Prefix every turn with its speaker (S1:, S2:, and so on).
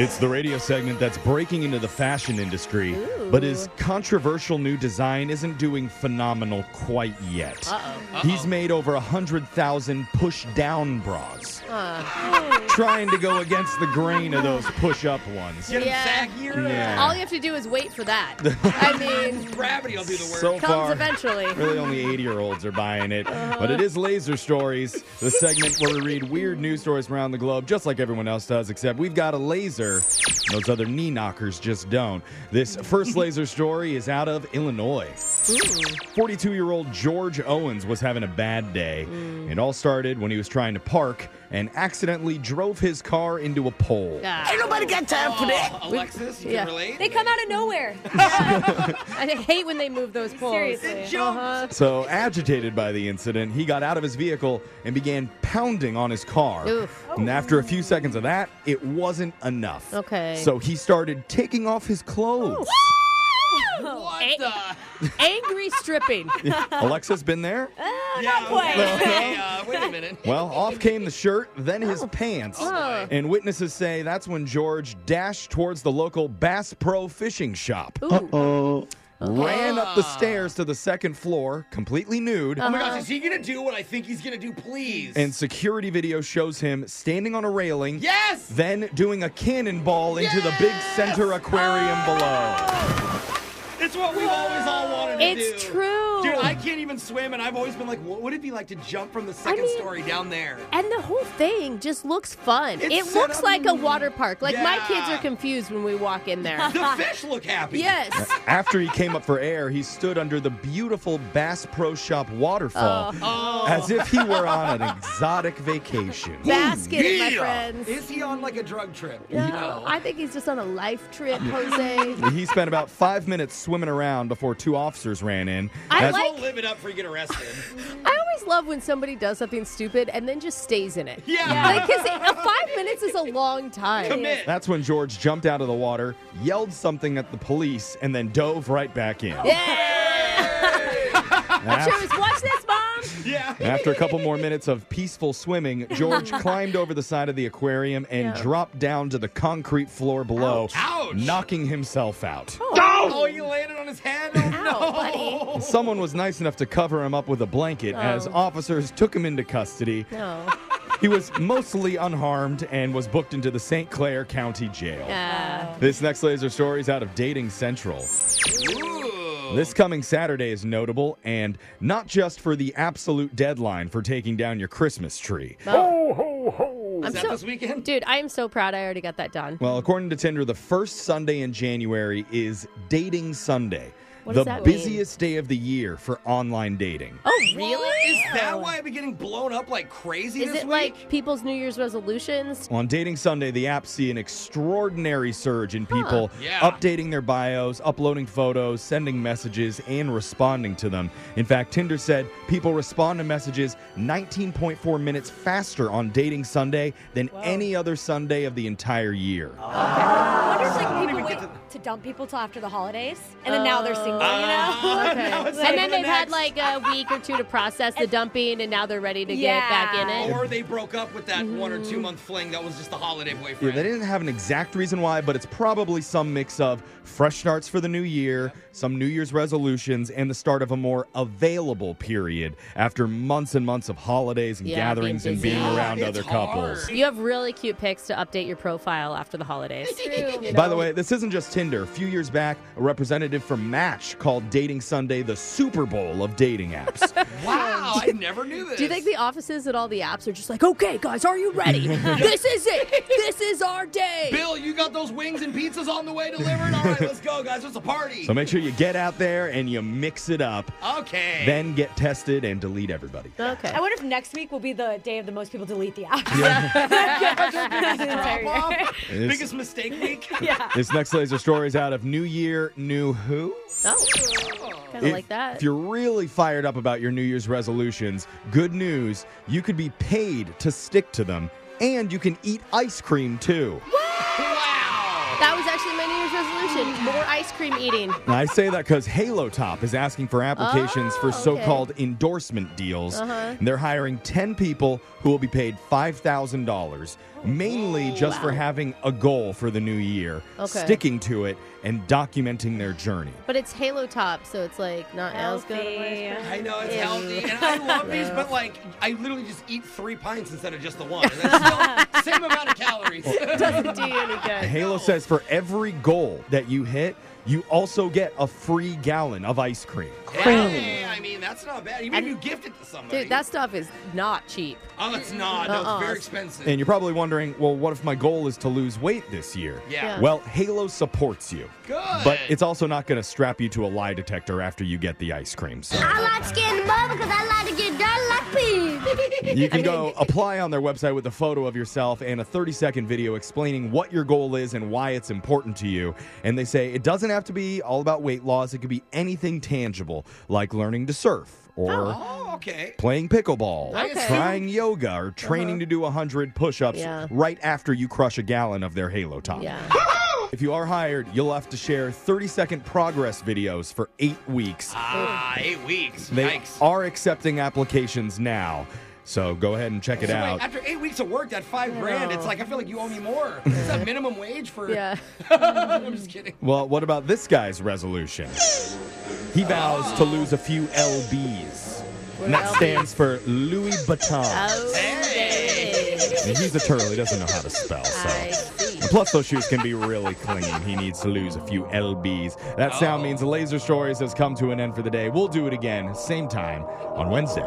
S1: It's the radio segment that's breaking into the fashion industry, but his controversial new design isn't doing phenomenal quite yet. He's made over 100,000 push down bras, trying to go against the grain of those push up ones.
S2: Get him
S3: Yeah.
S2: back here.
S1: Yeah.
S3: All you have to do is wait for that. I mean,
S2: Gravity will do the work.
S1: So
S3: comes
S1: far,
S3: eventually.
S1: really only 80 year olds are buying it. But it is Laser Stories, the segment where we read weird news stories from around the globe, just like everyone else does, except we've got a laser. and Those other knee knockers just don't. This first laser story is out of Illinois. 42 year old George Owens was having a bad day. It all started when he was trying to park and accidentally drove his car into a pole.
S3: ah,
S2: Oh, Alexis, you
S3: yeah.
S2: can relate.
S4: They come out of nowhere.
S3: I hate when they move those poles.
S4: Seriously.
S3: Uh-huh.
S1: So, agitated by the incident, he got out of his vehicle and began pounding on his car.
S3: Oof.
S1: And after a few seconds of that, it wasn't enough.
S3: Okay.
S1: So, he started taking off his clothes.
S2: What
S3: Eh.
S2: the?
S3: Angry stripping.
S1: Alexa's been there?
S2: Yeah,
S4: quite.
S2: okay, okay, uh, wait a minute.
S1: Well, off came the shirt, then his pants.
S3: Oh.
S1: And witnesses say that's when George dashed towards the local Bass Pro fishing shop, ran up the stairs to the second floor, completely nude,
S3: Uh-huh.
S2: Oh my gosh, is he gonna do what I think he's gonna do? Please.
S1: and security video shows him standing on a railing.
S2: yes.
S1: then doing a cannonball into the big center aquarium
S3: Ah!
S1: below.
S2: it's what we've always all wanted to do.
S3: It's true.
S2: Dude, I can't even swim, and I've always been like, what would it be like to jump from the second
S3: mean-
S2: story down there?
S3: And the whole thing just looks fun.
S2: It's
S3: it
S2: set
S3: looks
S2: up-
S3: like a water park. Like my
S2: Yeah.
S3: kids are confused when we walk in there.
S2: The fish look happy.
S3: yes.
S1: After he came up for air, he stood under the beautiful Bass Pro Shop waterfall
S2: Oh.
S1: as if he were on an exotic vacation.
S3: Basket, it, my
S2: Yeah.
S3: friends.
S2: Is he on like a drug trip?
S3: no, I think he's just on a life trip, Jose.
S1: He spent about five minutes swimming around before two officers ran in.
S3: I
S1: That's-
S3: like-
S2: Don't live it up before you get arrested.
S3: I always love when somebody does something stupid and then just stays in it.
S2: Yeah.
S3: Like, because five minutes is a long time.
S2: Commit.
S1: that's when George jumped out of the water, yelled something at the police, and then dove right back in.
S3: Sure, it was, watch this, Mom.
S2: yeah.
S1: After a couple more minutes of peaceful swimming, George climbed over the side of the aquarium and
S3: Yeah.
S1: dropped down to the concrete floor below,
S2: Ouch.
S1: knocking himself out.
S2: Oh, he landed on his Oh, head. Oh,
S3: Ow,
S2: no.
S3: buddy.
S1: Someone was nice enough to cover him up with a blanket as
S3: Oh.
S1: officers took him into custody.
S3: No.
S1: He was mostly unharmed and was booked into the St. Clair County Jail.
S3: Uh,
S1: This next laser story is out of Dating Central. This coming Saturday is notable, and not just for the absolute deadline for taking down your Christmas tree.
S3: I'm
S2: Is that
S3: so,
S2: this weekend?
S3: dude, I am so proud I already got that done.
S1: Well, according to Tinder, the first Sunday in January is Dating Sunday,
S3: What
S1: the
S3: does that mean?
S1: busiest day of the year for online dating.
S3: Oh, really?
S2: Is that why I've been getting blown up like crazy
S3: Is
S2: this
S3: it
S2: week?
S3: like people's New Year's resolutions?
S1: On Dating Sunday, the app see an extraordinary surge in people
S2: Yeah.
S1: updating their bios, uploading photos, sending messages, and responding to them. In fact, Tinder said people respond to messages 19.4 minutes faster on Dating Sunday than any other Sunday of the entire year.
S4: I wonder if like, people wait to... dump people till after the holidays, and then now they're single. you know?
S2: Ah,
S3: Okay.
S2: now it's on to
S3: and then
S2: the
S3: they've had
S2: next.
S3: like a week or two to process the dumping, and now they're ready to get
S4: Yeah.
S3: back in it.
S2: Or they broke up with that one or
S3: Mm.
S2: two month fling that was just a holiday boyfriend.
S1: Yeah, they didn't have an exact reason why, but it's probably some mix of fresh starts for the new year, some New Year's resolutions, and the start of a more available period after months and months of holidays and
S3: Yeah,
S1: gatherings
S3: being
S1: and being
S3: busy.
S1: around
S2: It's
S1: other
S2: hard.
S1: couples.
S3: You have really cute pics to update your profile after the holidays.
S1: By the way, this isn't just Tinder. A few years back, a representative from Match called Dating Sunday the Super Bowl of dating apps.
S2: Wow, I never knew this.
S3: Do you think the offices at all the apps are just like, okay, guys, are you ready? this is it. This is our day.
S2: Bill, you got those wings and pizzas on the way delivered? All right, let's go, guys. It's a party.
S1: so make sure you get out there and you mix it up,
S2: okay.
S1: then get tested and delete everybody.
S3: okay.
S4: I wonder if next week will be the day of the most people delete the app.
S2: Drop off.
S1: It's-
S2: Biggest mistake week.
S1: This next laser story is out of New Year, New Who?
S3: Oh, kind of
S1: If-
S3: like that.
S1: If you're really fired up about your New Year's resolutions, good news, you could be paid to stick to them and you can eat ice cream too.
S2: Wow.
S5: That was actually my New Year's resolution. More ice cream eating.
S1: Now, I say that because Halo Top is asking for applications
S5: Oh,
S1: for
S5: okay. Uh-huh.
S1: so-called endorsement deals. And they're hiring 10 people who will be paid $5,000, mainly just for having a goal for the new year,
S5: Oh, Okay.
S1: sticking to it, and documenting their journey.
S5: But it's Halo Top, so it's like not as good. of ice cream.
S2: I know it's
S5: Yeah.
S2: healthy, and I love these, but like, I literally just eat three pints instead of just the one. And that's still same amount of calories.
S5: Doesn't do you any good.
S1: Halo says for every goal that you hit, you also get a free gallon of ice cream.
S2: Hey, I mean, that's not bad. Even if you gift it to somebody.
S5: Dude, that stuff is not cheap.
S2: oh, it's not. No,
S5: Uh-uh.
S2: it's very expensive.
S1: And you're probably wondering, well, what if my goal is to lose weight this year?
S2: yeah.
S5: Yeah.
S1: Well, Halo supports you.
S2: Good.
S1: But it's also not going to strap you to a lie detector after you get the ice cream. So
S6: I like skin mud because I like to get dirty like pigs.
S1: you can go apply on their website with a photo of yourself and a 30 second video explaining what your goal is and why it's important to you. And they say it doesn't have to be all about weight loss, it could be anything tangible, like learning to surf or.
S2: oh, okay.
S1: Playing pickleball,
S2: Okay.
S1: trying yoga, or training to do 100 push ups
S5: Uh-huh. Yeah.
S1: right after you crush a gallon of their Halo Top.
S5: Yeah.
S1: If you are hired, you'll have to share 30 second progress videos for eight weeks.
S2: Ah, eight weeks.
S1: They
S2: Yikes.
S1: are accepting applications now. So go ahead and check it
S2: So wait,
S1: out.
S2: after eight weeks of work, that five grand, it's like I feel like you owe me more. Is that minimum wage for?
S5: Yeah.
S2: I'm just kidding.
S1: well, what about this guy's resolution? He vows to lose a few LBs. And that stands for Louis Vuitton.
S5: Oh, Okay.
S1: And he's a turtle. He doesn't know how to spell,
S5: I
S1: so.
S5: see.
S1: And Plus, those shoes can be really clingy. He needs to lose a few LBs. That sound means Laser Stories has come to an end for the day. We'll do it again, same time on Wednesday.